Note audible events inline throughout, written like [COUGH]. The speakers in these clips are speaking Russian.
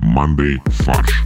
командой «Фарш».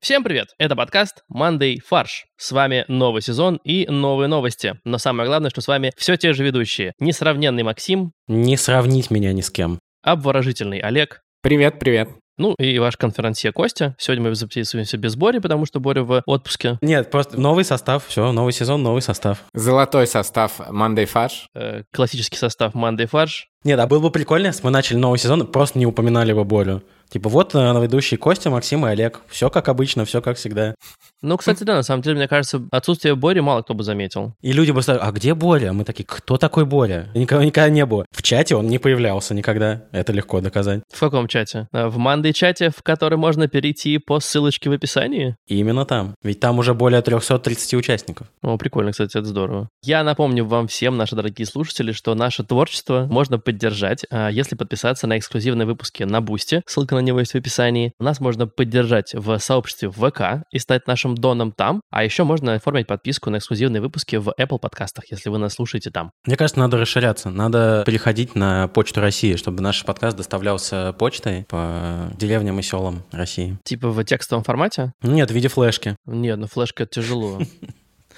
Всем привет! Это подкаст Monday Фарш. С вами новый сезон и новые новости. Но самое главное, что с вами все те же ведущие. Несравненный Максим, Не сравнить меня ни с кем. обворожительный Олег, Привет, привет. ну и ваш конферансье Костя. Сегодня мы записываемся без Бори, потому что Боря в отпуске. Нет, просто новый состав, все, новый сезон, новый состав. Золотой состав Monday Фарш. Э, классический состав Monday Фарш. Нет, а было бы прикольно, если бы мы начали новый сезон, и просто не упоминали бы Борю. Типа вот э, ведущие Костя, Максим и Олег. Все как обычно, все как всегда. Ну, кстати, да, на самом деле, мне кажется, отсутствие Бори мало кто бы заметил. И люди бы сказали, а где Боря? Мы такие, кто такой Боря? И никого никогда не было. В чате он не появлялся никогда. Это легко доказать. В каком чате? Э, В Monday чате, в который можно перейти по ссылочке в описании. И именно там. Ведь там уже более 330 участников. О, прикольно, кстати, это здорово. Я напомню вам всем, наши дорогие слушатели, что наше творчество можно поддержать, а, если подписаться на эксклюзивные выпуски на Бусти, ссылка на него есть в описании. Нас можно поддержать в сообществе в ВК и стать нашим доном там, а еще можно оформить подписку на эксклюзивные выпуски в Apple подкастах, если вы нас слушаете там. Мне кажется, надо расширяться. Надо переходить на Почту России, чтобы наш подкаст доставлялся почтой по деревням и селам России. Типа в текстовом формате? Нет, в виде флешки. Нет, ну флешка это тяжело.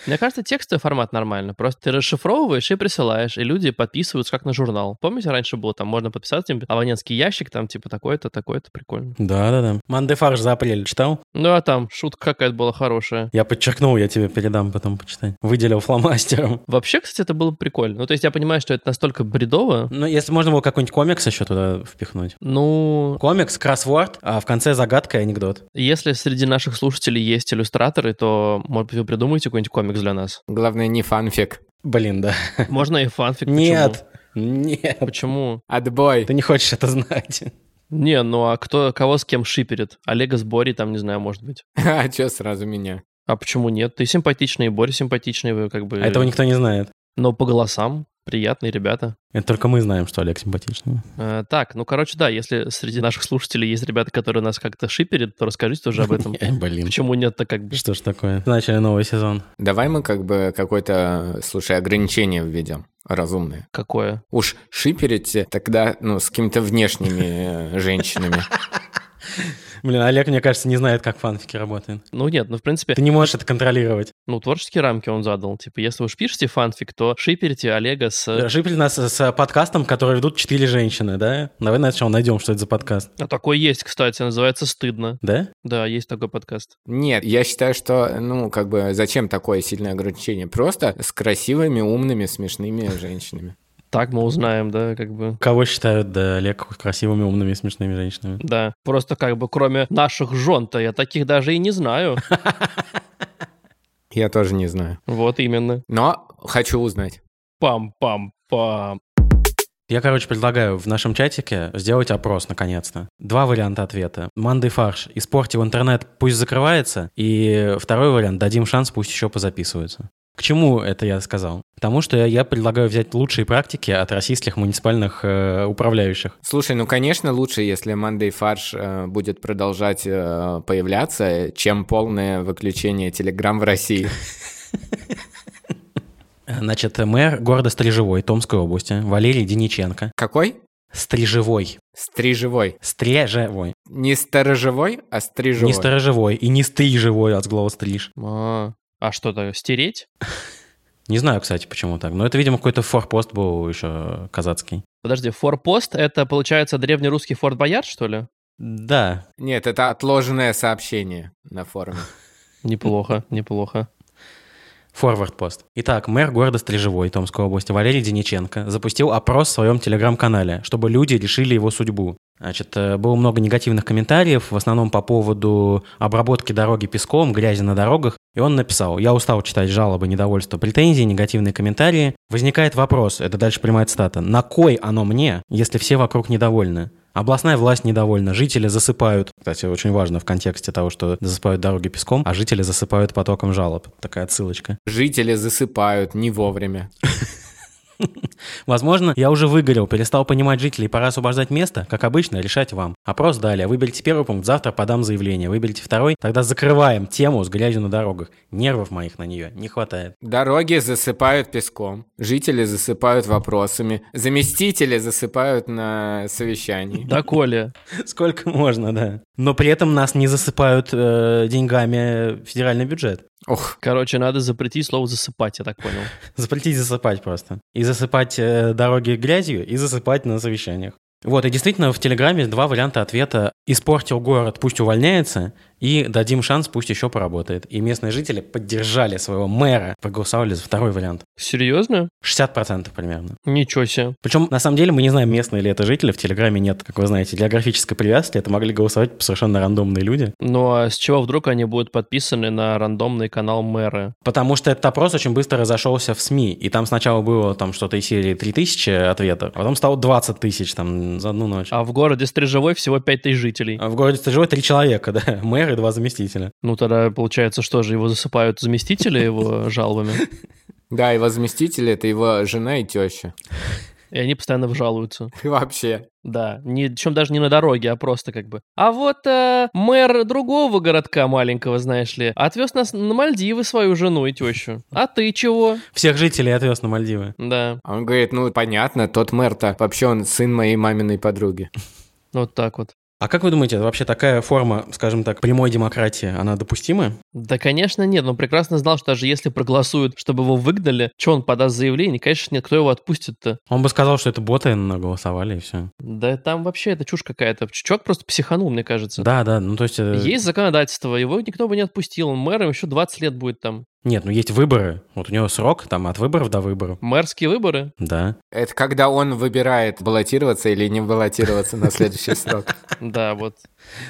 Мне кажется, текстовый формат нормально. Просто ты расшифровываешь и присылаешь, и люди подписываются как на журнал. Помните, раньше было там, можно подписаться, типа, абонентский ящик, там, типа, такое-то, такое-то, прикольно. Да-да-да. Мандефарш за апрель читал? Ну, а там шутка какая-то была хорошая. Я подчеркнул, я тебе передам потом почитать. Выделил фломастером. [LAUGHS] Вообще, кстати, это было прикольно. Ну, то есть я понимаю, что это настолько бредово. Ну, если можно было какой-нибудь комикс еще туда впихнуть. Ну, Комикс, кроссворд, а в конце загадка и анекдот. если среди наших слушателей есть иллюстраторы, то, может быть, вы придумаете какой-нибудь комикс для нас. Главное, не фанфик. Блин, да. [LAUGHS] Можно и фанфик. почему? Нет, нет. Почему? Отбой. Ты не хочешь это знать. Не, ну а кто, кого с кем шиперит? Олега с Борей, там, не знаю, может быть. [LAUGHS] А чё сразу меня? А почему нет? Ты симпатичный, Боря симпатичный, вы как бы... А этого никто не знает. Но по голосам приятные ребята. Это только мы знаем, что Олег симпатичный. Э, так, ну, короче, да, если среди наших слушателей есть ребята, которые нас как-то шиперят, то расскажите тоже об [LAUGHS] этом. Э, Блин. Почему нет-то как бы... Что ж такое? Начали новый сезон. Давай мы как бы какое-то, слушай, ограничение введем разумное. Какое? Уж шиперить тогда, ну, с какими-то внешними э, женщинами. [LAUGHS] Блин, Олег, мне кажется, не знает, как фанфики работают. Ну, нет, ну, в принципе, Ты не можешь это контролировать. ну, творческие рамки он задал. Типа, если уж пишете фанфик, то шиперите Олега с... э, Ошибли нас с подкастом, который ведут четыре женщины, да? Давай сначала найдем, что это за подкаст. А такой есть, кстати, называется «Стыдно». Да? Да, есть такой подкаст. Нет, я считаю, что, ну, как бы, зачем такое сильное ограничение? Просто с красивыми, умными, смешными женщинами. Так мы узнаем, да, как бы... Кого считают, да, Олег, красивыми, умными и смешными женщинами? Да, просто как бы кроме наших жен-то я таких даже и не [LAUGHS] знаю. Я тоже не знаю. Вот именно. Но хочу узнать. Пам-пам-пам. Я, короче, предлагаю в нашем чатике сделать опрос, наконец-то. Два варианта ответа. Манды фарш. Испортил интернет, пусть закрывается. И второй вариант. Дадим шанс, пусть еще позаписываются. К чему это я сказал? Потому что я- я предлагаю взять лучшие практики от российских муниципальных э, управляющих. Слушай, ну, конечно, лучше, если Мандей Фарш э, будет продолжать э, появляться, чем полное выключение Телеграм в России. Значит, мэр города Стрижевой, Томской области, Валерий Дениченко. Какой? Стрижевой. Стрижевой. Стрижевой. Не сторожевой, а стрижевой. Не сторожевой и не стрижевой от слова стриж. А, а что-то стереть? Не знаю, кстати, почему так. Но это, видимо, какой-то форпост был еще казацкий. Подожди, форпост — это, получается, древнерусский форт Боярд, что ли? Да. Нет, это отложенное сообщение на форуме. Неплохо, неплохо. Форвард-пост. Итак, мэр города Стрижевой Томской области Валерий Дениченко запустил опрос в своем телеграм-канале, чтобы люди решили его судьбу. Значит, э, было много негативных комментариев, в основном по поводу обработки дороги песком, грязи на дорогах. И он написал, я устал читать жалобы, недовольство, претензии, негативные комментарии. Возникает вопрос, это дальше прямая цитата, на кой оно мне, если все вокруг недовольны? Областная власть недовольна, жители засыпают. Кстати, очень важно в контексте того, что засыпают дороги песком, а жители засыпают потоком жалоб. Такая отсылочка. Жители засыпают не вовремя. Возможно, я уже выгорел, перестал понимать жителей, пора освобождать место, как обычно, решать вам. Опрос далее. Выберите первый пункт, завтра подам заявление. Выберите второй, тогда закрываем тему с грязью на дорогах. Нервов моих на нее не хватает. [LAUGHS] Дороги засыпают песком, жители засыпают вопросами, заместители засыпают на совещании. Да, Коля. Сколько можно, да. Но при этом нас не засыпают э, деньгами в федеральный бюджет. Ох, Короче, надо запретить слово «засыпать», я так понял. Запретить засыпать просто. И засыпать э, дороги грязью, и засыпать на совещаниях. Вот, и действительно, в Телеграме два варианта ответа. Испортил город, пусть увольняется, и дадим шанс, пусть еще поработает. И местные жители поддержали своего мэра, проголосовали за второй вариант. Серьезно? 60% примерно. Ничего себе. Причем, на самом деле, мы не знаем, местные ли это жители, в Телеграме нет, как вы знаете, географической привязки, это могли голосовать совершенно рандомные люди. Ну а с чего вдруг они будут подписаны на рандомный канал мэра? Потому что этот опрос очень быстро разошелся в СМИ, и там сначала было там что-то из серии 3000 ответов, а потом стало 20 тысяч там за одну ночь. А в городе Стрижевой всего 5000 жителей. А в городе Стажевой три человека, да, [LAUGHS] мэр и два заместителя. Ну тогда получается, что же, его засыпают заместители его жалобами? да, его заместители — это его жена и теща. [LAUGHS] И они постоянно вжалуются. И вообще. Да, ни, причем даже не на дороге, а просто как бы. А вот э, мэр другого городка маленького, знаешь ли, отвез нас на Мальдивы свою жену и тещу. А ты чего? Всех жителей отвез на Мальдивы. Да, А Он говорит, ну, понятно, тот мэр-то вообще он сын моей маминой подруги. вот так вот. А как вы думаете, это вообще такая форма, скажем так, прямой демократии, она допустима? Да, конечно, нет. Он прекрасно знал, что даже если проголосуют, чтобы его выгнали, что он подаст заявление, конечно, нет, кто его отпустит-то. Он бы сказал, что это боты голосовали и все. Да там вообще это чушь какая-то. Чувак просто психанул, мне кажется. Да, да, ну то есть... э, Есть законодательство, его никто бы не отпустил. Он мэром еще 20 лет будет там. Нет, ну есть выборы. Вот у него срок там от выборов до выборов. Мэрские выборы. Да. Это когда он выбирает, баллотироваться или не баллотироваться на следующий срок. Да, вот.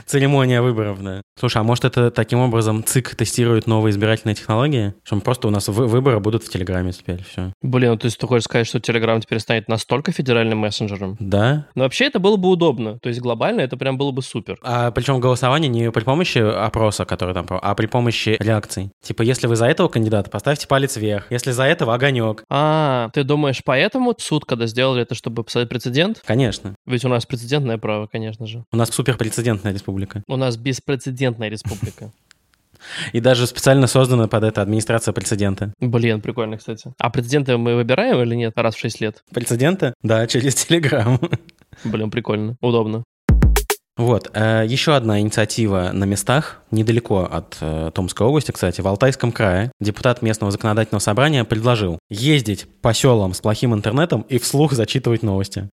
Церемония выборов, да. Слушай, а может это таким образом ЦИК тестирует новые избирательные технологии? Что просто у нас вы- выборы будут в Телеграме теперь, все. Блин, ну, то есть ты хочешь сказать, что Telegram теперь станет настолько федеральным мессенджером? Да. Но вообще это было бы удобно. То есть глобально это прям было бы супер. А причем голосование не при помощи опроса, который там, про- а при помощи реакций. Типа, если вы за этого кандидата, поставьте палец вверх. Если за этого, огонек. А, ты думаешь, поэтому суд, когда сделали это, чтобы посадить прецедент? Конечно. Ведь у нас прецедентное право, конечно же. У нас суперпрецедентная республика. У нас беспрецедентная республика. И даже специально создана под это администрация прецедента. Блин, прикольно, кстати. А прецеденты мы выбираем или нет раз в 6 лет? Прецедента? Да, через Телеграм. Блин, прикольно, удобно. Вот, э, еще одна инициатива на местах, недалеко от э, Томской области, кстати, в Алтайском крае, депутат местного законодательного собрания предложил ездить по селам с плохим интернетом и вслух зачитывать новости.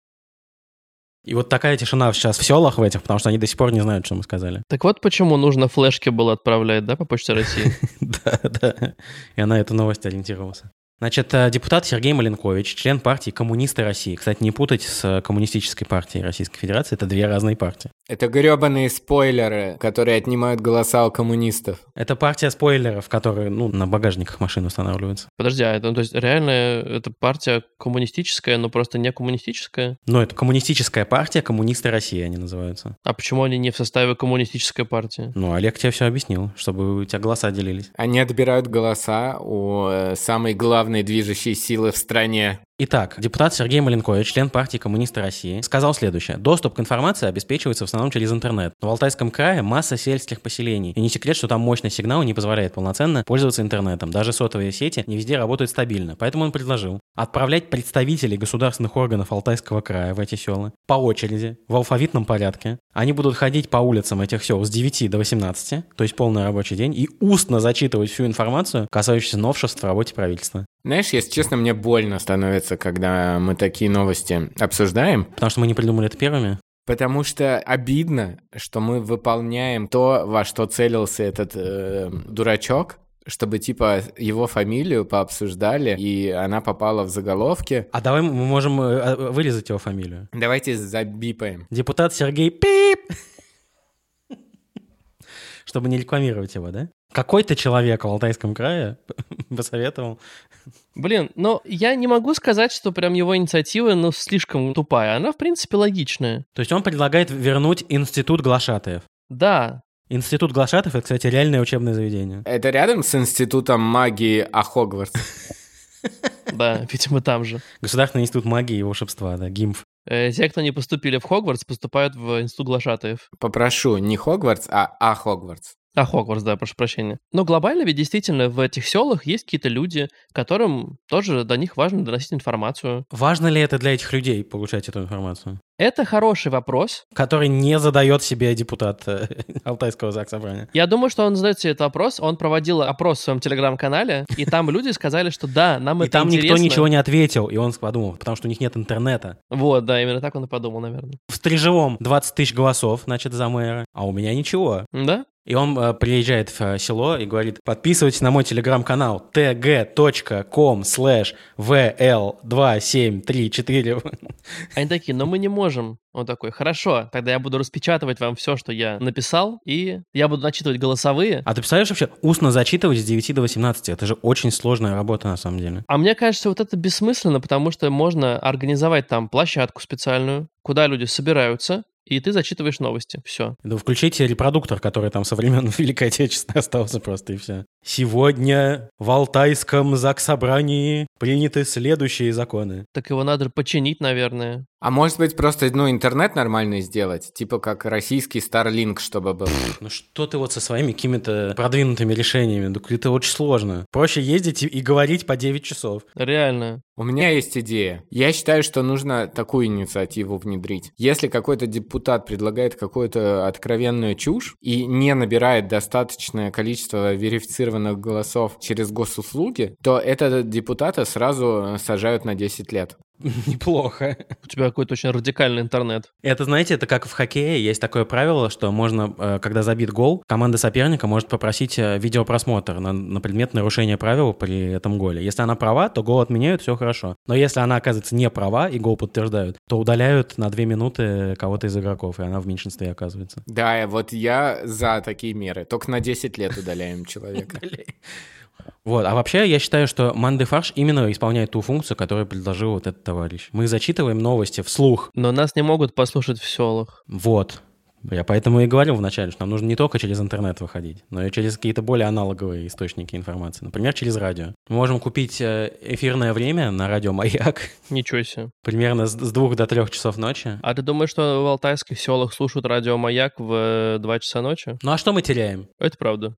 И вот такая тишина сейчас в селах в этих, потому что они до сих пор не знают, что мы сказали. [LAUGHS] Так вот почему нужно флешки было отправлять, да, по почте России? Да, да. И она эту новость ориентировался. Значит, э, депутат Сергей Маленкович, член партии Коммунисты России. Кстати, не путать с э, Коммунистической партией Российской Федерации, это две разные партии. Это гребаные спойлеры, которые отнимают голоса у коммунистов. Это партия спойлеров, которые, ну, на багажниках машин устанавливаются. Подожди, а это, ну, то есть реально это партия коммунистическая, но просто не коммунистическая? Но это коммунистическая партия, коммунисты России они называются. А почему они не в составе коммунистической партии? Ну, Олег тебе все объяснил, чтобы у тебя голоса делились. Они отбирают голоса у э, самой главной движущей силы в стране. Итак, депутат Сергей Маленкович, член партии Коммунисты России, сказал следующее. Доступ к информации обеспечивается в основном через интернет. Но в Алтайском крае масса сельских поселений. И не секрет, что там мощный сигнал не позволяет полноценно пользоваться интернетом. Даже сотовые сети не везде работают стабильно. Поэтому он предложил отправлять представителей государственных органов Алтайского края в эти села по очереди, в алфавитном порядке. Они будут ходить по улицам этих сел с 9 до 18, то есть полный рабочий день, и устно зачитывать всю информацию, касающуюся новшеств в работе правительства. Знаешь, если честно, мне больно становится, когда мы такие новости обсуждаем, Потому что мы не придумали это первыми. потому что обидно, что мы выполняем то, во что целился этот э, дурачок, чтобы типа его фамилию пообсуждали, и она попала в заголовки. А давай мы можем э, э, вырезать его фамилию. Давайте забипаем. Депутат Сергей Пип. Чтобы не рекламировать его, да? Какой-то человек в Алтайском крае [LAUGHS] посоветовал. Блин, но я не могу сказать, что прям его инициатива, ну, слишком тупая. Она, в принципе, логичная. То есть он предлагает вернуть институт глашатаев. Да, Институт глашатаев — это, кстати, реальное учебное заведение. А Это рядом с институтом магии Ахогвартс. Да, [LAUGHS] видимо, там же. Государственный институт магии и волшебства, да, ГИМФ. Э, Те, кто не поступили в Хогвартс, поступают в Институт Глашатаев. Попрошу не Хогвартс, а А Хогвартс. А, Хогвартс, да, прошу прощения. Но глобально ведь действительно в этих селах есть какие-то люди, которым тоже до них важно доносить информацию. Важно ли это для этих людей получать эту информацию? Это хороший вопрос. Который не задает себе депутат э, [LAUGHS] Алтайского ЗАГС Собрания. Я думаю, что он задает себе этот вопрос. Он проводил опрос в своем телеграм-канале, и там люди сказали, что да, нам И это там никто интересно. ничего не ответил, и он подумал, потому что у них нет интернета. Вот, да, именно так он и подумал, наверное. В Стрижевом 20 тысяч голосов, значит, за мэра, а у меня ничего. Да? И он э, приезжает в э, село и говорит, подписывайтесь на мой телеграм-канал tg.com slash vl2734. Они такие, но мы не можем. Он такой, хорошо, тогда я буду распечатывать вам все, что я написал, и я буду начитывать голосовые. А ты представляешь вообще, устно зачитывать с 9 до 18, это же очень сложная работа на самом деле. А мне кажется, вот это бессмысленно, потому что можно организовать там площадку специальную, куда люди собираются, и ты зачитываешь новости. Все. Да включите репродуктор, который там со времен [LAUGHS] Великой Отечественной остался просто, и все. Сегодня в Алтайском Заксобрании приняты следующие законы. Так его надо починить, наверное. А может быть, просто, ну, интернет нормальный сделать? Типа как российский Starlink, чтобы был. Ну что ты вот со своими какими-то продвинутыми решениями? Ну, это очень сложно. Проще ездить и- и говорить по 9 часов. Реально. У меня есть идея. Я считаю, что нужно такую инициативу внедрить. Если какой-то депутат предлагает какую-то откровенную чушь и не набирает достаточное количество верифицированных голосов через госуслуги, то этого депутата сразу э, сажают на 10 лет. Неплохо. У тебя какой-то очень радикальный интернет. Это, знаете, это как в хоккее. Есть такое правило, что можно, э, когда забит гол, команда соперника может попросить э, видеопросмотр на, на предмет нарушения правил при этом голе. Если она права, то гол отменяют, все хорошо. Но если она оказывается не права и гол подтверждают, то удаляют на две минуты кого-то из игроков, и она в меньшинстве оказывается. Да, вот я за такие меры. Только на 10 лет удаляем человека. Вот, а вообще я считаю, что Манды Фарш именно исполняет ту функцию, которую предложил вот этот товарищ. Мы зачитываем новости вслух. Но нас не могут послушать в селах. Вот. Я поэтому и говорил вначале, что нам нужно не только через интернет выходить, но и через какие-то более аналоговые источники информации. Например, через радио. Мы можем купить э, эфирное время на радио «Маяк» [LAUGHS] Ничего себе. примерно с с двух до трех часов ночи. А ты думаешь, что в алтайских селах слушают радио «Маяк» в э, 2 часа ночи? Ну а что мы теряем? Это правда.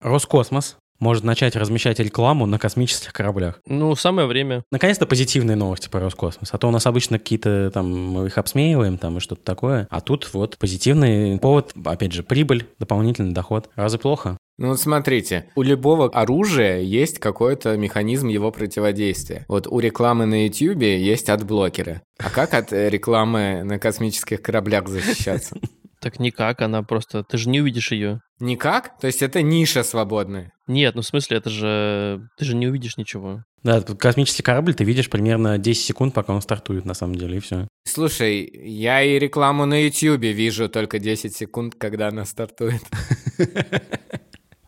Роскосмос может начать размещать рекламу на космических кораблях. Ну, самое время. Наконец-то позитивные новости про Роскосмос. А то у нас обычно какие-то там, мы их обсмеиваем там и что-то такое. А тут вот позитивный повод, опять же, прибыль, дополнительный доход. Разве плохо? Ну вот смотрите, у любого оружия есть какой-то механизм его противодействия. Вот у рекламы на YouTube есть отблокеры. А как от э, рекламы на космических кораблях защищаться? Так никак, она просто... Ты же не увидишь ее. Никак? То есть это ниша свободная. Нет, ну в смысле, это же... Ты же не увидишь ничего. Да, тут космический корабль ты видишь примерно 10 секунд, пока он стартует, на самом деле, и все. Слушай, я и рекламу на YouTube вижу только 10 секунд, когда она стартует.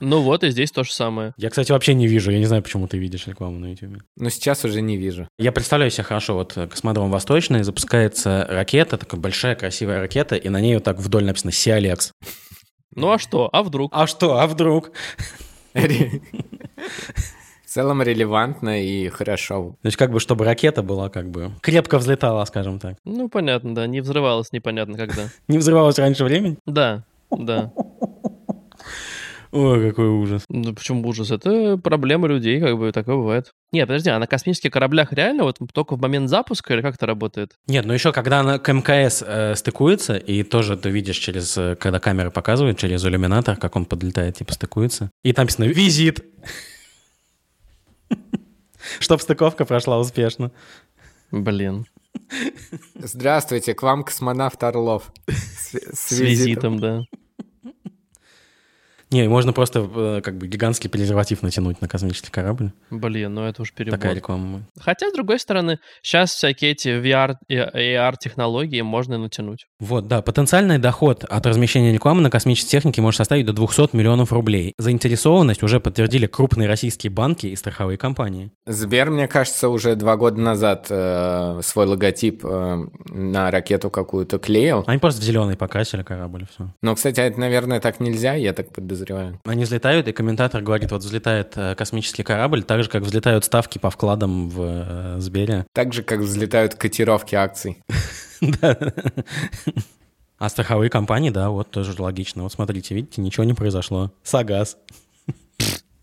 Ну вот, и здесь то же самое. Я, кстати, вообще не вижу, я не знаю, почему ты видишь рекламу на YouTube. Но сейчас уже не вижу. Я представляю себе хорошо, вот э, космодром Восточный, запускается ракета, такая большая красивая ракета, и на ней вот так вдоль написано «Сиалекс». Ну а что? А вдруг? А что, а вдруг? Ре- В целом релевантно и хорошо. То есть как бы, чтобы ракета была как бы крепко взлетала, скажем так. Ну, понятно, да, не взрывалась непонятно когда. Не взрывалась раньше времени? Да, да. Ой, какой ужас. Ну, почему ужас? Это проблема людей, как бы такое бывает. Не, подожди, а на космических кораблях реально вот только в момент запуска или как это работает? Нет, ну еще когда она к МКС э, стыкуется, и тоже ты видишь через, э, когда камеры показывают, через иллюминатор, как он подлетает, типа стыкуется. И там написано «Визит!» Чтоб стыковка прошла успешно. Блин, Здравствуйте, к вам космонавт Орлов. С, с с визитом, да. Не, можно просто э, как бы гигантский презерватив натянуть на космический корабль. Блин, ну это уж Такая перебор. реклама. Хотя, с другой стороны, сейчас всякие эти э, VR и AR-технологии можно и натянуть. Вот, да, потенциальный доход от размещения рекламы на космической технике может составить до 200 миллионов рублей. Заинтересованность уже подтвердили крупные российские банки и страховые компании. Сбер, мне кажется, уже два года назад э, свой логотип э, на ракету какую-то клеил. Они просто в зеленый покрасили корабль, все. Но, кстати, это, наверное, так нельзя, я так подозреваю. Они взлетают, и комментатор говорит, вот взлетает э, космический корабль, так же, как взлетают ставки по вкладам в э, Сбере. [LAUGHS] Так же, как взлетают котировки акций. Да. А страховые компании, да, вот тоже логично. Вот смотрите, видите, ничего не произошло. Сагаз.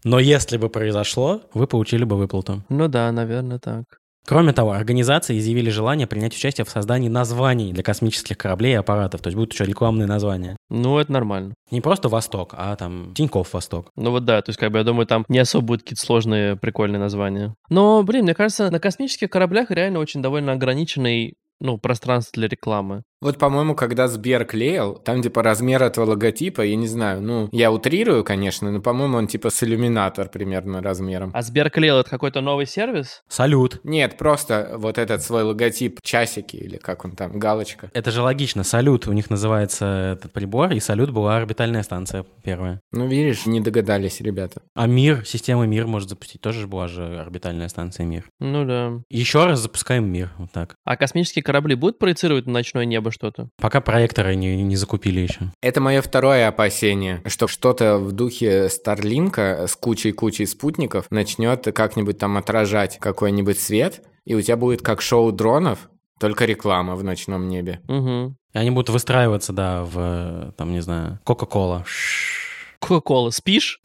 Но если бы произошло, вы получили бы выплату. Ну да, наверное, так. Кроме того, организации изъявили желание принять участие в создании названий для космических кораблей и аппаратов. То есть будут еще рекламные названия. Ну, это нормально. Не просто «Восток», а там «Тиньков Восток». Ну вот да, то есть как бы я думаю, там не особо будут какие-то сложные, прикольные названия. Но, блин, мне кажется, на космических кораблях реально очень довольно ограниченный ну, пространство для рекламы. Вот, по-моему, когда Сбер клеил, там типа размер этого логотипа, я не знаю, ну, я утрирую, конечно, но, по-моему, он типа с иллюминатор примерно размером. А Сберклеил — это какой-то новый сервис? Салют. Нет, просто вот этот свой логотип, часики или как он там, галочка. Это же логично. Салют у них называется этот прибор, и салют была орбитальная станция первая. Ну, видишь, не догадались ребята. А мир, система мир может запустить. Тоже же была же орбитальная станция мир. Ну да. Еще раз запускаем мир, вот так. А космические корабли будут проецировать на ночное небо что-то? Пока проекторы не, не закупили еще. Это мое второе опасение, что что-то в духе Старлинка с кучей-кучей спутников начнет как-нибудь там отражать какой-нибудь свет, и у тебя будет как шоу дронов, только реклама в ночном небе. Угу. И они будут выстраиваться, да, в, э, там, не знаю, Кока-Кола. Кока-кола, спишь?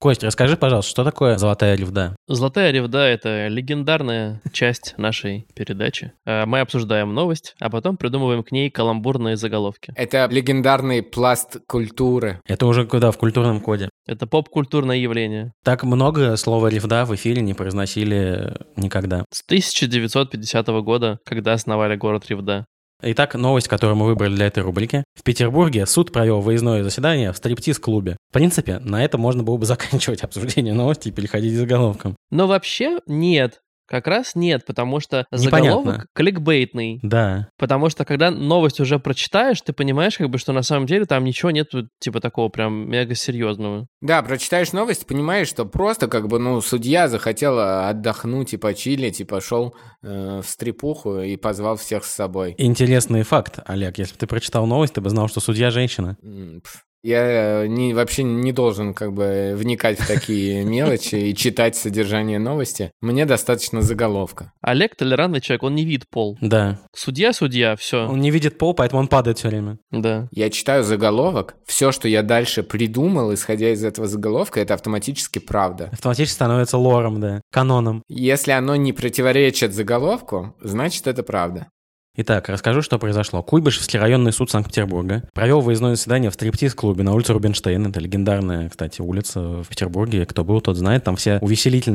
Кость, расскажи, пожалуйста, что такое золотая ревда? Золотая ревда — это легендарная часть нашей передачи. Э, Мы обсуждаем новость, а потом придумываем к ней каламбурные заголовки. Это легендарный пласт культуры. Это уже куда, в культурном коде. Это поп-культурное явление. Так много слова ревда в эфире не произносили никогда. С 1950 года, когда основали город Ревда. Итак, новость, которую мы выбрали для этой рубрики. В Петербурге суд провел выездное заседание в стриптиз-клубе. В принципе, на этом можно было бы [LAUGHS] заканчивать обсуждение новости и переходить к заголовкам. Но вообще нет. Как раз нет, потому что Непонятно. заголовок кликбейтный. Да. Потому что когда новость уже прочитаешь, ты понимаешь, как бы, что на самом деле там ничего нету, типа такого прям мега серьезного. Да, прочитаешь новость, понимаешь, что просто как бы, ну, судья захотел отдохнуть и почилить, и пошел э, в стрипуху и позвал всех с собой. Интересный факт, Олег. Если бы ты прочитал новость, ты бы знал, что судья женщина. М, пф. Я э, не, вообще не должен как бы вникать в такие мелочи и читать содержание новости. Мне достаточно заголовка. Олег толерантный человек, он не видит пол. Да. Судья, судья, все. Он не видит пол, поэтому он падает все время. Да. Я читаю заголовок, все, что я дальше придумал, исходя из этого заголовка, это автоматически правда. Автоматически становится лором, да. Каноном. Если оно не противоречит заголовку, значит это правда. Итак, расскажу, что произошло. Куйбышевский районный суд Санкт-Петербурга провел выездное заседание в стриптиз-клубе на улице Рубинштейн. Это легендарная, кстати, улица в Петербурге. Кто был, тот знает. Там все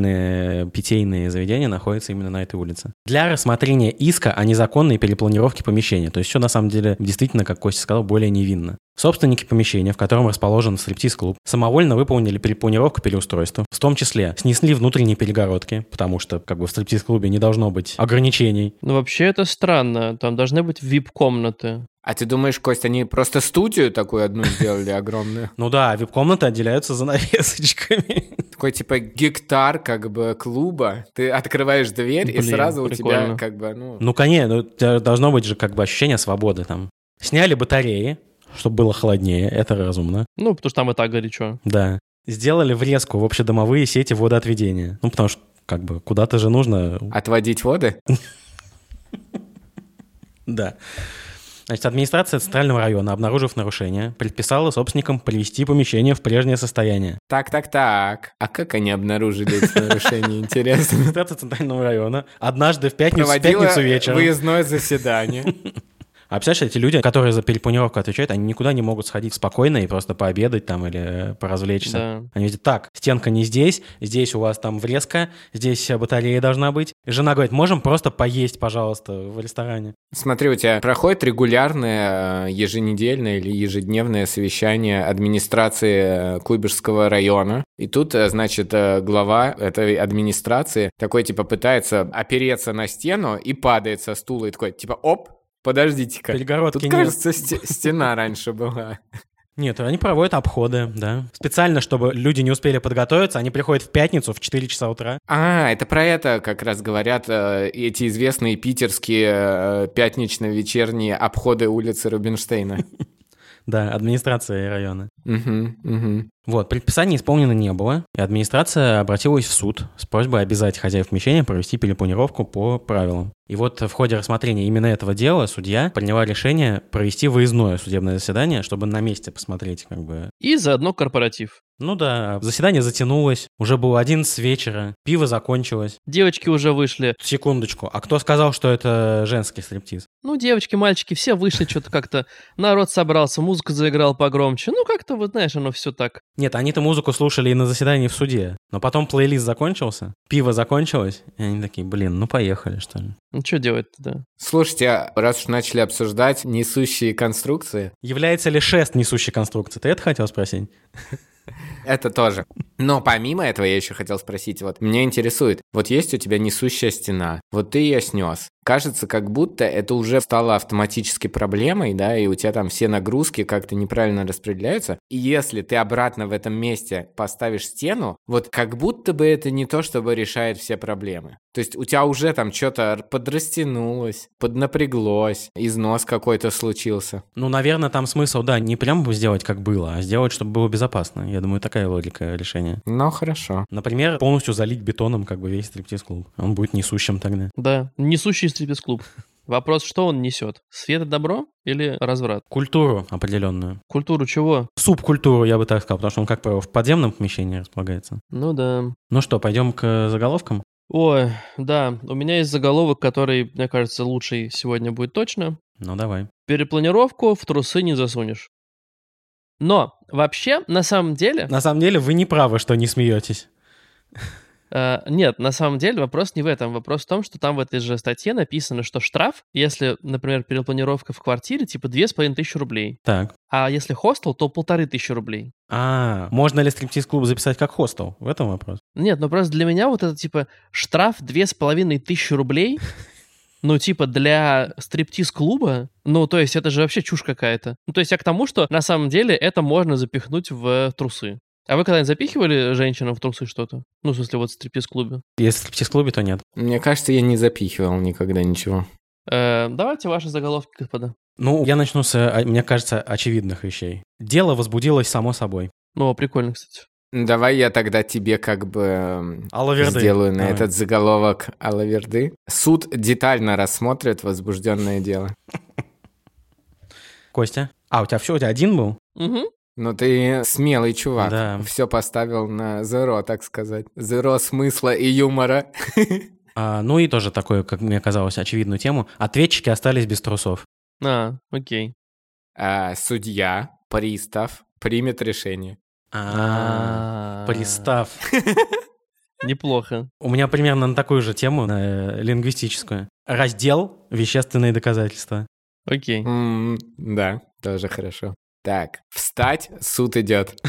увеселительные питейные заведения находятся именно на этой улице. Для рассмотрения иска о незаконной перепланировке помещения. То есть все, на самом деле, действительно, как Костя сказал, более невинно. Собственники помещения, в котором расположен стриптиз-клуб, самовольно выполнили перепланировку переустройства, в том числе снесли внутренние перегородки, потому что как бы в стриптиз-клубе не должно быть ограничений, Ну, вообще это странно. Там должны быть вип-комнаты. А ты думаешь, Кость, они просто студию такую одну сделали огромную? Ну да, вип-комнаты отделяются занавесочками. Такой типа гектар как бы клуба. Ты открываешь дверь, и Блин, сразу у тебя прикольно. как бы, ну... [LAUGHS] Ну, конечно, ну, у тебя должно быть же как бы ощущение свободы там. Сняли батареи, чтобы было холоднее, это разумно, Ну, потому что там и так горячо. да. Сделали врезку в общедомовые сети водоотведения. Ну, потому что как бы куда-то же нужно... Отводить воды? Да. Значит, администрация Центрального района, обнаружив нарушение, предписала собственникам привести помещение в прежнее состояние. [LAUGHS] Так, так, так. А как они обнаружили это [LAUGHS] нарушение, интересно? Администрация Центрального района однажды в пятницу, в Проводила пятницу вечером... выездное заседание. А представляешь, эти люди, которые за перепланировку отвечают, они никуда не могут сходить спокойно и просто пообедать там или э, поразвлечься. Да. Они видят, так, стенка не здесь, здесь у вас там врезка, здесь э, батарея должна быть. И жена говорит, можем просто поесть, пожалуйста, в ресторане. Смотри, у тебя проходит регулярное э, еженедельное или ежедневное совещание администрации э, Куйбышского района. И тут, э, значит, э, глава этой администрации такой, типа, пытается опереться на стену и падает со стула и такой, типа, оп, подождите-ка. Перегородки Тут, нет. кажется, сте- стена раньше была. Нет, они проводят обходы, да. Специально, чтобы люди не успели подготовиться, они приходят в пятницу в 4 часа утра. А, это про это как раз говорят э, эти известные питерские э, пятнично-вечерние обходы улицы Рубинштейна. Да, администрация района. [LAUGHS] Мгм, мгм. Вот, предписание исполнено не было, и администрация обратилась в суд с просьбой обязать хозяев помещения провести перепланировку по правилам. И вот в ходе рассмотрения именно этого дела судья приняла решение провести выездное судебное заседание, чтобы на месте посмотреть, как бы... И заодно корпоратив. Ну да, заседание затянулось, уже было 11 вечера, пиво закончилось. Девочки уже вышли. Секундочку, а кто сказал, что это женский стриптиз? Ну, девочки, мальчики, все вышли что-то как-то. Народ собрался, музыка заиграла погромче. Ну, как-то, вот знаешь, оно все так. Нет, они-то музыку слушали и на заседании в суде. Но потом плейлист закончился, пиво закончилось, и они такие, блин, ну поехали, что ли. Ну, что делать-то, да? Слушайте, а раз уж начали обсуждать несущие конструкции, Является ли шест несущей конструкции? Ты это хотел спросить? это тоже. Но помимо этого я еще хотел спросить, вот меня интересует, вот есть у тебя несущая стена, вот ты ее снес. Кажется, как будто это уже стало автоматически проблемой, да, и у тебя там все нагрузки как-то неправильно распределяются. И если ты обратно в этом месте поставишь стену, вот как будто бы это не то, чтобы решает все проблемы. То есть у тебя уже там что-то подрастянулось, поднапряглось, износ какой-то случился. Ну, наверное, там смысл, да, не прям сделать, как было, а сделать, чтобы было безопасно. Я думаю, такая логика решения. Ну, хорошо. Например, полностью залить бетоном как бы весь стриптиз-клуб. Он будет несущим тогда. Да, несущий стриптиз-клуб. Вопрос, что он несет? Свет и добро или разврат? Культуру определенную. Культуру чего? Субкультуру, я бы так сказал, потому что он, как правило, в подземном помещении располагается. Ну да. Ну что, пойдем к заголовкам? Ой, да, у меня есть заголовок, который, мне кажется, лучший сегодня будет точно. Ну, давай. Перепланировку в трусы не засунешь. Но вообще, на самом деле... На самом деле, вы не правы, что не смеетесь. э, нет, на самом деле вопрос не в этом. Вопрос в том, что там в этой же статье написано, что штраф, если, например, перепланировка в квартире, типа 2500 рублей. Так. А если хостел, то полторы тысячи рублей. А, можно ли стриптиз-клуб записать как хостел? В этом вопрос. Нет, ну просто для меня вот это типа штраф 2500 рублей, ну типа для стриптиз-клуба, ну то есть это же вообще чушь какая-то. Ну то есть я к тому, что на самом деле это можно запихнуть в трусы. А вы когда-нибудь запихивали женщину в трусы что-то? Ну, в смысле, вот в стриптиз-клубе. Если в стриптиз-клубе, то нет. Мне кажется, я не запихивал никогда ничего. Э, давайте ваши заголовки, господа. Ну, я начну с, э, мне кажется, очевидных вещей. Дело возбудилось само собой. Ну, прикольно, кстати. Давай я тогда тебе как бы м, Алла Верды. сделаю на Давай. этот заголовок Алаверды. Суд детально рассмотрит возбужденное дело. Костя? А, у тебя все, у тебя один был? Угу. Но Ну, ты смелый чувак. Да. Все поставил на зеро, так сказать. Зеро смысла и юмора. [LAUGHS] А, ну и тоже такую, как мне казалось, очевидную тему. Ответчики остались без трусов. А, окей. А, судья, пристав примет решение. А, пристав. Неплохо. У меня примерно на такую же тему, на э, лингвистическую. Раздел «Вещественные доказательства». [LAUGHS] Окей. М, Да, тоже хорошо. Так, встать, суд идет.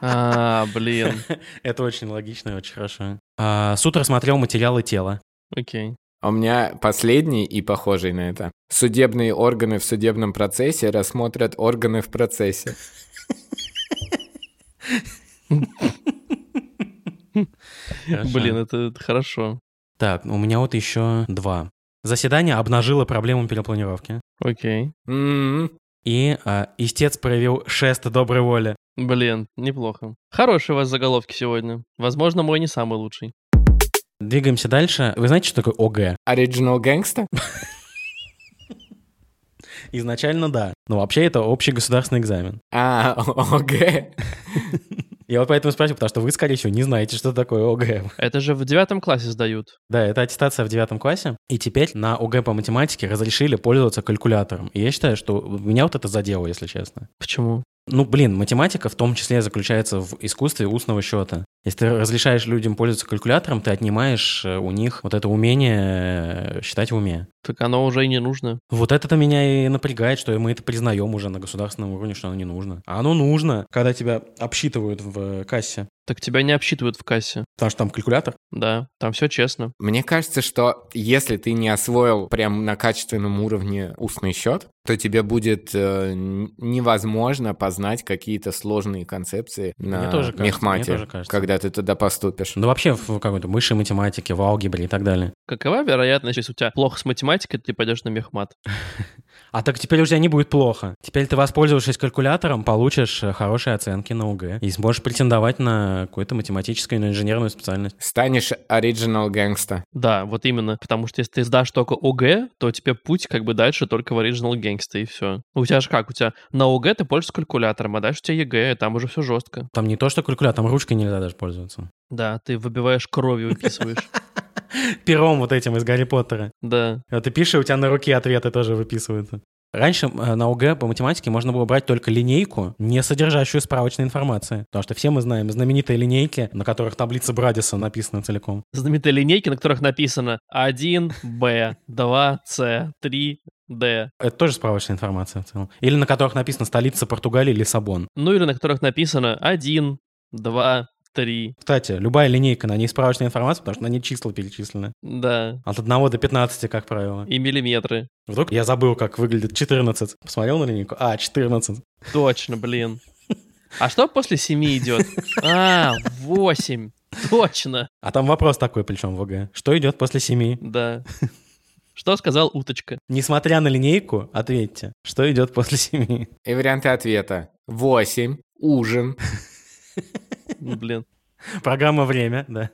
А, [LAUGHS] блин. Это очень логично и очень хорошо. А, суд рассмотрел материалы тела. Окей. А У меня последний и похожий на это. Судебные органы в судебном процессе рассмотрят органы в процессе. Хорошо. Блин, это это хорошо. Так, у меня вот еще два. Заседание обнажило проблему перепланировки. Окей. М, И а, истец проявил шест доброй воли. Блин, неплохо. Хорошие у вас заголовки сегодня. Возможно, мой не самый лучший. Двигаемся дальше. Вы знаете, что такое ОГ? Original Gangsta? Изначально да. Но вообще это общий государственный экзамен. [LAUGHS] А, ОГ. Я вот поэтому спрашиваю, потому что вы, скорее всего, не знаете, что такое ОГ. Это же в девятом классе сдают. [LAUGHS] Да, это аттестация в девятом классе. И теперь на ОГ по математике разрешили пользоваться калькулятором. И я считаю, что меня вот это задело, если честно. Почему? Ну, блин, математика в том числе заключается в искусстве устного счета. Если ты разрешаешь людям пользоваться калькулятором, ты отнимаешь э, у них вот это умение э, считать в уме. Так оно уже и не нужно. Вот это-то меня и напрягает, что мы это признаем уже на государственном уровне, что оно не нужно. А оно нужно, когда тебя обсчитывают в э, кассе. Так тебя не обсчитывают в кассе. Потому что там калькулятор. Да, там все честно. Мне кажется, что если ты не освоил прям на качественном уровне устный счет, то тебе будет э, н- невозможно познать какие-то сложные концепции на Мне тоже кажется, мехмате, мне тоже кажется. когда ты туда поступишь. Ну, вообще в какой-то высшей математике, в алгебре и так далее. Какова вероятность, если у тебя плохо с математикой, ты пойдешь на мехмат? А так теперь у тебя не будет плохо. Теперь ты воспользуешься калькулятором, получишь э, хорошие оценки на УГ и сможешь претендовать на какую-то математическую или инженерную специальность. Станешь оригинал гэнгста. Да, вот именно. Потому что если ты сдашь только ОГ, то тебе путь как бы дальше только в Original Gangsta, и все. У тебя же как? У тебя на ОГ ты пользуешься калькулятором, а дальше у тебя ЕГЭ, и там уже все жестко. Там не то, что калькулятор, там ручкой нельзя даже пользоваться. Да, ты выбиваешь кровью, выписываешь. Пером вот этим из Гарри Поттера. Да. Вот ты пишешь, и у тебя на руке ответы тоже выписываются. Раньше э, на ОГЭ по математике можно было брать только линейку, не содержащую справочной информации. Потому что все мы знаем знаменитые линейки, на которых таблица Брадиса написана целиком. Знаменитые линейки, на которых написано 1, Б, 2, С, 3, Д. Это тоже справочная информация в целом. Или на которых написано столица Португалии Лиссабон. Ну или на которых написано 1, 2, 3, Кстати, любая линейка, на ней справочная информация, потому что на ней числа перечислены. да, От 1 до 15, как правило. и миллиметры. Вдруг я забыл, как выглядит 14. Посмотрел на линейку? А, 14. Точно, блин. А что после 7 идет? А, 8. Точно, А там вопрос такой, причем в ОГЭ. Что идет после 7? да. Что сказал уточка? Несмотря на линейку, ответьте, что идет после 7? И варианты ответа. 8. Ужин. Блин. [LAUGHS] Программа «Время», да.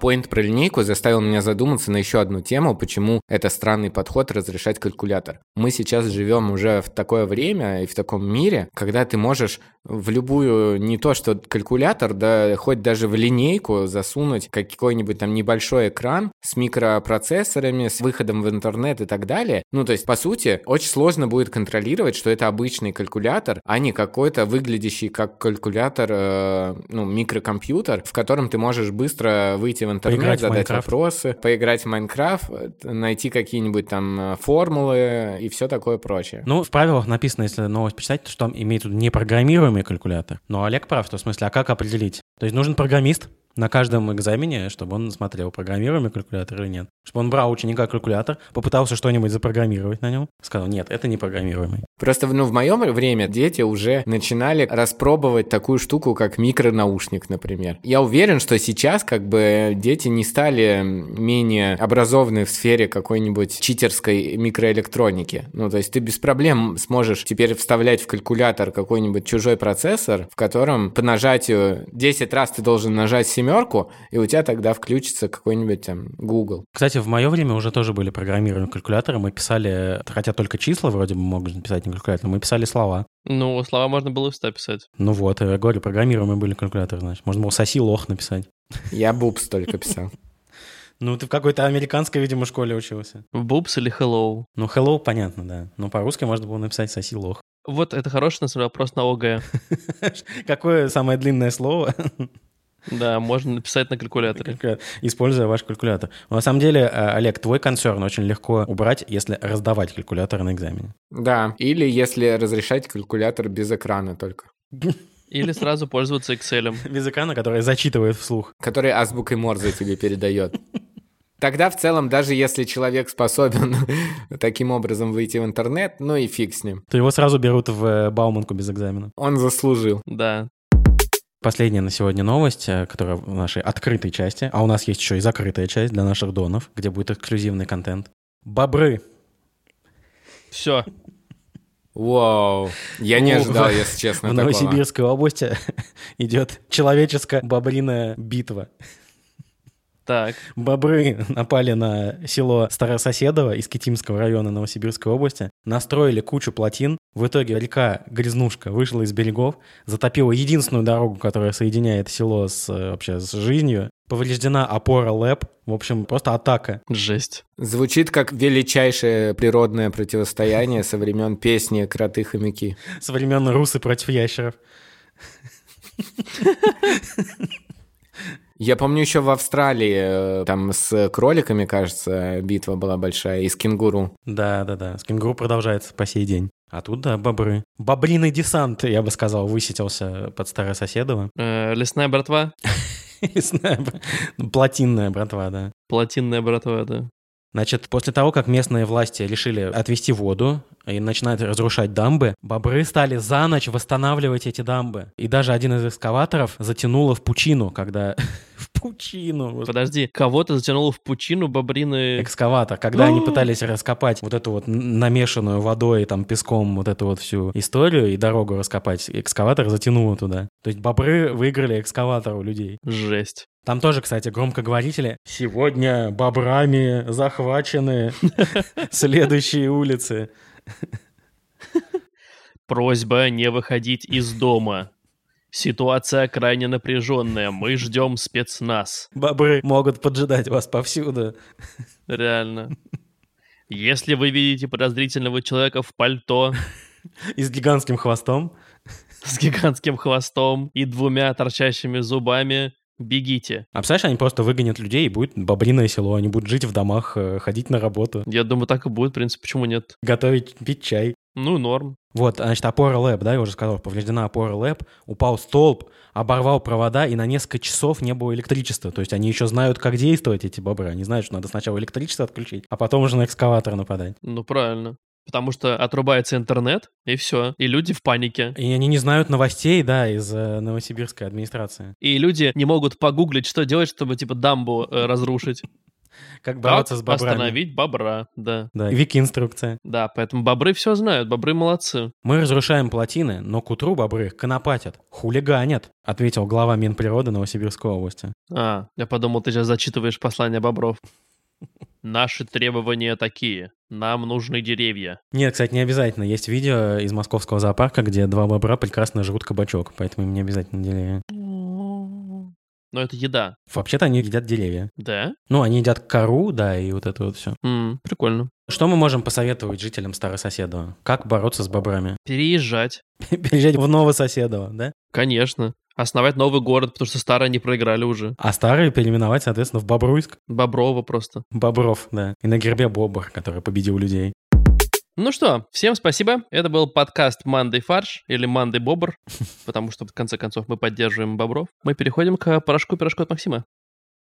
Поинт про линейку заставил меня задуматься на еще одну тему, почему это странный подход разрешать калькулятор. Мы сейчас живем уже в такое время и в таком мире, когда ты можешь в любую, не то что калькулятор, да хоть даже в линейку засунуть какой-нибудь там небольшой экран с микропроцессорами, с выходом в интернет и так далее. Ну, то есть, по сути, очень сложно будет контролировать, что это обычный калькулятор, а не какой-то выглядящий как калькулятор, э, ну, микрокомпьютер, в котором ты можешь быстро выйти в интернет, Поиграть в задать Майнкрафт. вопросы, поиграть в Майнкрафт, э, найти какие-нибудь там э, формулы и все такое прочее. Ну, в правилах написано, если новость почитать, то, что там имеется в виду непрограммируемый калькулятор. Но Олег прав, что в смысле, а как определить? То есть нужен программист на каждом экзамене, чтобы он смотрел, программируемый калькулятор или нет. Чтобы он брал ученика калькулятор, попытался что-нибудь запрограммировать на нем, сказал, нет, это не программируемый. Просто, ну, в моем время дети уже начинали распробовать такую штуку, как микронаушник, например. Я уверен, что сейчас как бы дети не стали менее образованы в сфере какой-нибудь читерской микроэлектроники. Ну, то есть ты без проблем сможешь теперь вставлять в калькулятор какой-нибудь чужой процессор, в котором по нажатию 10 раз ты должен нажать семерку, и у тебя тогда включится какой-нибудь там Google. Кстати, в мое время уже тоже были программируемые калькуляторы. Мы писали, хотя только числа вроде бы могут писать не калькулятор, мы писали слова. Ну, слова можно было и в 100 писать. Ну вот, я говорю, программируемые были калькуляторы, значит. Можно было соси лох написать. Я бубс только писал. Ну, ты в какой-то американской, видимо, школе учился. В Бубс или Hello? Ну, hello, понятно, да. Но по-русски можно было написать соси лох. [LAUGHS] Вот это хороший, на самом деле, вопрос на ОГЭ. Какое самое длинное слово, [LAUGHS] Да, можно написать на калькуляторе. используя ваш калькулятор? Но на самом деле, э, Олег, твой концерн очень легко убрать, если раздавать калькулятор на экзамене. [LAUGHS] Да, или если разрешать калькулятор без экрана только. Или сразу пользоваться Excel. Без экрана, который зачитывает вслух. который азбукой Морзе тебе передает. Тогда в целом, даже если человек способен [LAUGHS] таким образом выйти в интернет, ну и фиг с ним. То его сразу берут в э, Бауманку без экзамена. Он заслужил. Да. Последняя на сегодня новость, э, которая в нашей открытой части, а у нас есть еще и закрытая часть для наших донов, где будет эксклюзивный контент. Бобры. Все. Вау. Я не Ну, ожидал, в- [LAUGHS] если честно, В такого. Новосибирской области [LAUGHS] идет человеческая бобриная битва. Так. Бобры напали на село Старососедово из Китимского района Новосибирской области, настроили кучу плотин. В итоге река Грязнушка вышла из берегов, затопила единственную дорогу, которая соединяет село с э, вообще с жизнью. Повреждена опора ЛЭП. В общем, просто атака. Жесть. Звучит как величайшее природное противостояние со времен песни «Кроты хомяки». Со времен русы против ящеров. Я помню еще в Австралии, э, там с кроликами, кажется, битва была большая, и с кенгуру. Да-да-да, с кенгуру продолжается по сей день. А тут, да, бобры. Бобриный десант, я бы сказал, высетился под Старососедово. Э, лесная братва. [LAUGHS] Не знаю, ну, плотинная братва, да. Плотинная братва, да. Значит, после того, как местные власти решили отвести воду и начинают разрушать дамбы, бобры стали за ночь восстанавливать эти дамбы. И даже один из экскаваторов затянуло в пучину, когда [LAUGHS] в пу- пучину. вот. Подожди, кого-то затянуло в пучину бобрины... Экскаватор, когда они пытались раскопать вот эту вот н- намешанную водой, там, песком, вот эту вот всю историю и дорогу раскопать, экскаватор затянуло туда. То есть бобры выиграли экскаватор у людей. Жесть. Там тоже, кстати, громкоговорители. Сегодня бобрами захвачены [LAUGHS] следующие улицы. Просьба не выходить из дома. Ситуация крайне напряженная. Мы ждем спецназ. Бобры могут поджидать вас повсюду. Реально. Если вы видите подозрительного человека в пальто [LAUGHS] И с гигантским хвостом. с гигантским хвостом и двумя торчащими зубами, бегите. А представляешь, они просто выгонят людей, и будет бобриное село. Они будут жить в домах, э, ходить на работу, Я думаю, так и будет, в принципе, почему нет? готовить, пить чай. Ну, норм. Вот, а, значит, опора лэп, да, я уже сказал, повреждена опора лэп, упал столб, оборвал провода, и на несколько часов не было электричества. То есть они еще знают, как действовать, эти бобры. Они знают, что надо сначала электричество отключить, а потом уже на экскаватор нападать. Ну, правильно. Потому что отрубается интернет, и все. И люди в панике. И они не знают новостей, да, из э, новосибирской администрации. И люди не могут погуглить, что делать, чтобы, типа, дамбу э, разрушить. Как бороться Как с бобрами. остановить бобра, да. Да, вики-инструкция. Да, поэтому бобры все знают, бобры молодцы. «Мы разрушаем плотины, но к утру бобры конопатят, хулиганят», ответил глава Минприроды Новосибирской области. А, я подумал, ты сейчас зачитываешь послание бобров. [LAUGHS] Наши требования такие. Нам нужны деревья. Нет, кстати, не обязательно. Есть видео из московского зоопарка, где два бобра прекрасно жрут кабачок, поэтому им не обязательно деревья. Но это еда, Вообще-то они едят деревья. да? Ну, они едят кору, да, и вот это вот все. М, прикольно. Что мы можем посоветовать жителям Старососедова? Как бороться с бобрами? [LAUGHS] Переезжать, Переезжать в Новососедово, да? конечно. Основать новый город, потому что старые не проиграли уже. А старые переименовать, соответственно, в Бобруйск. Боброва просто. Бобров, да. И на гербе бобр, который победил людей. Ну что, всем спасибо. Это был подкаст «Мандай фарш» или «Мандай бобр», потому что, в конце концов, мы поддерживаем бобров. Мы переходим к порошку-пирожку от Максима.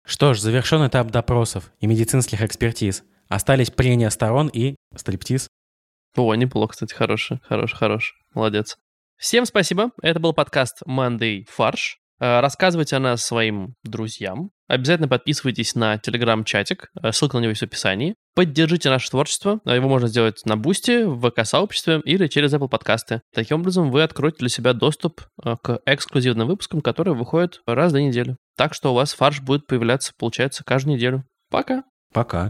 Что ж, завершен этап допросов и медицинских экспертиз. Остались прения сторон и стриптиз. О, неплохо, кстати, хороший, хороший, хороший. Молодец. Всем спасибо. Это был подкаст «Мандай фарш». Э, Рассказывайте о нас своим друзьям. Обязательно подписывайтесь на телеграм-чатик. Э, Ссылка на него есть в описании. Поддержите наше творчество. Э, Его можно сделать на Бусти, в ВК-сообществе или через Apple подкасты. Таким образом, вы откроете для себя доступ э, к эксклюзивным выпускам, которые выходят раз в две недели. Так что у вас фарш будет появляться, получается, каждую неделю. Пока! Пока.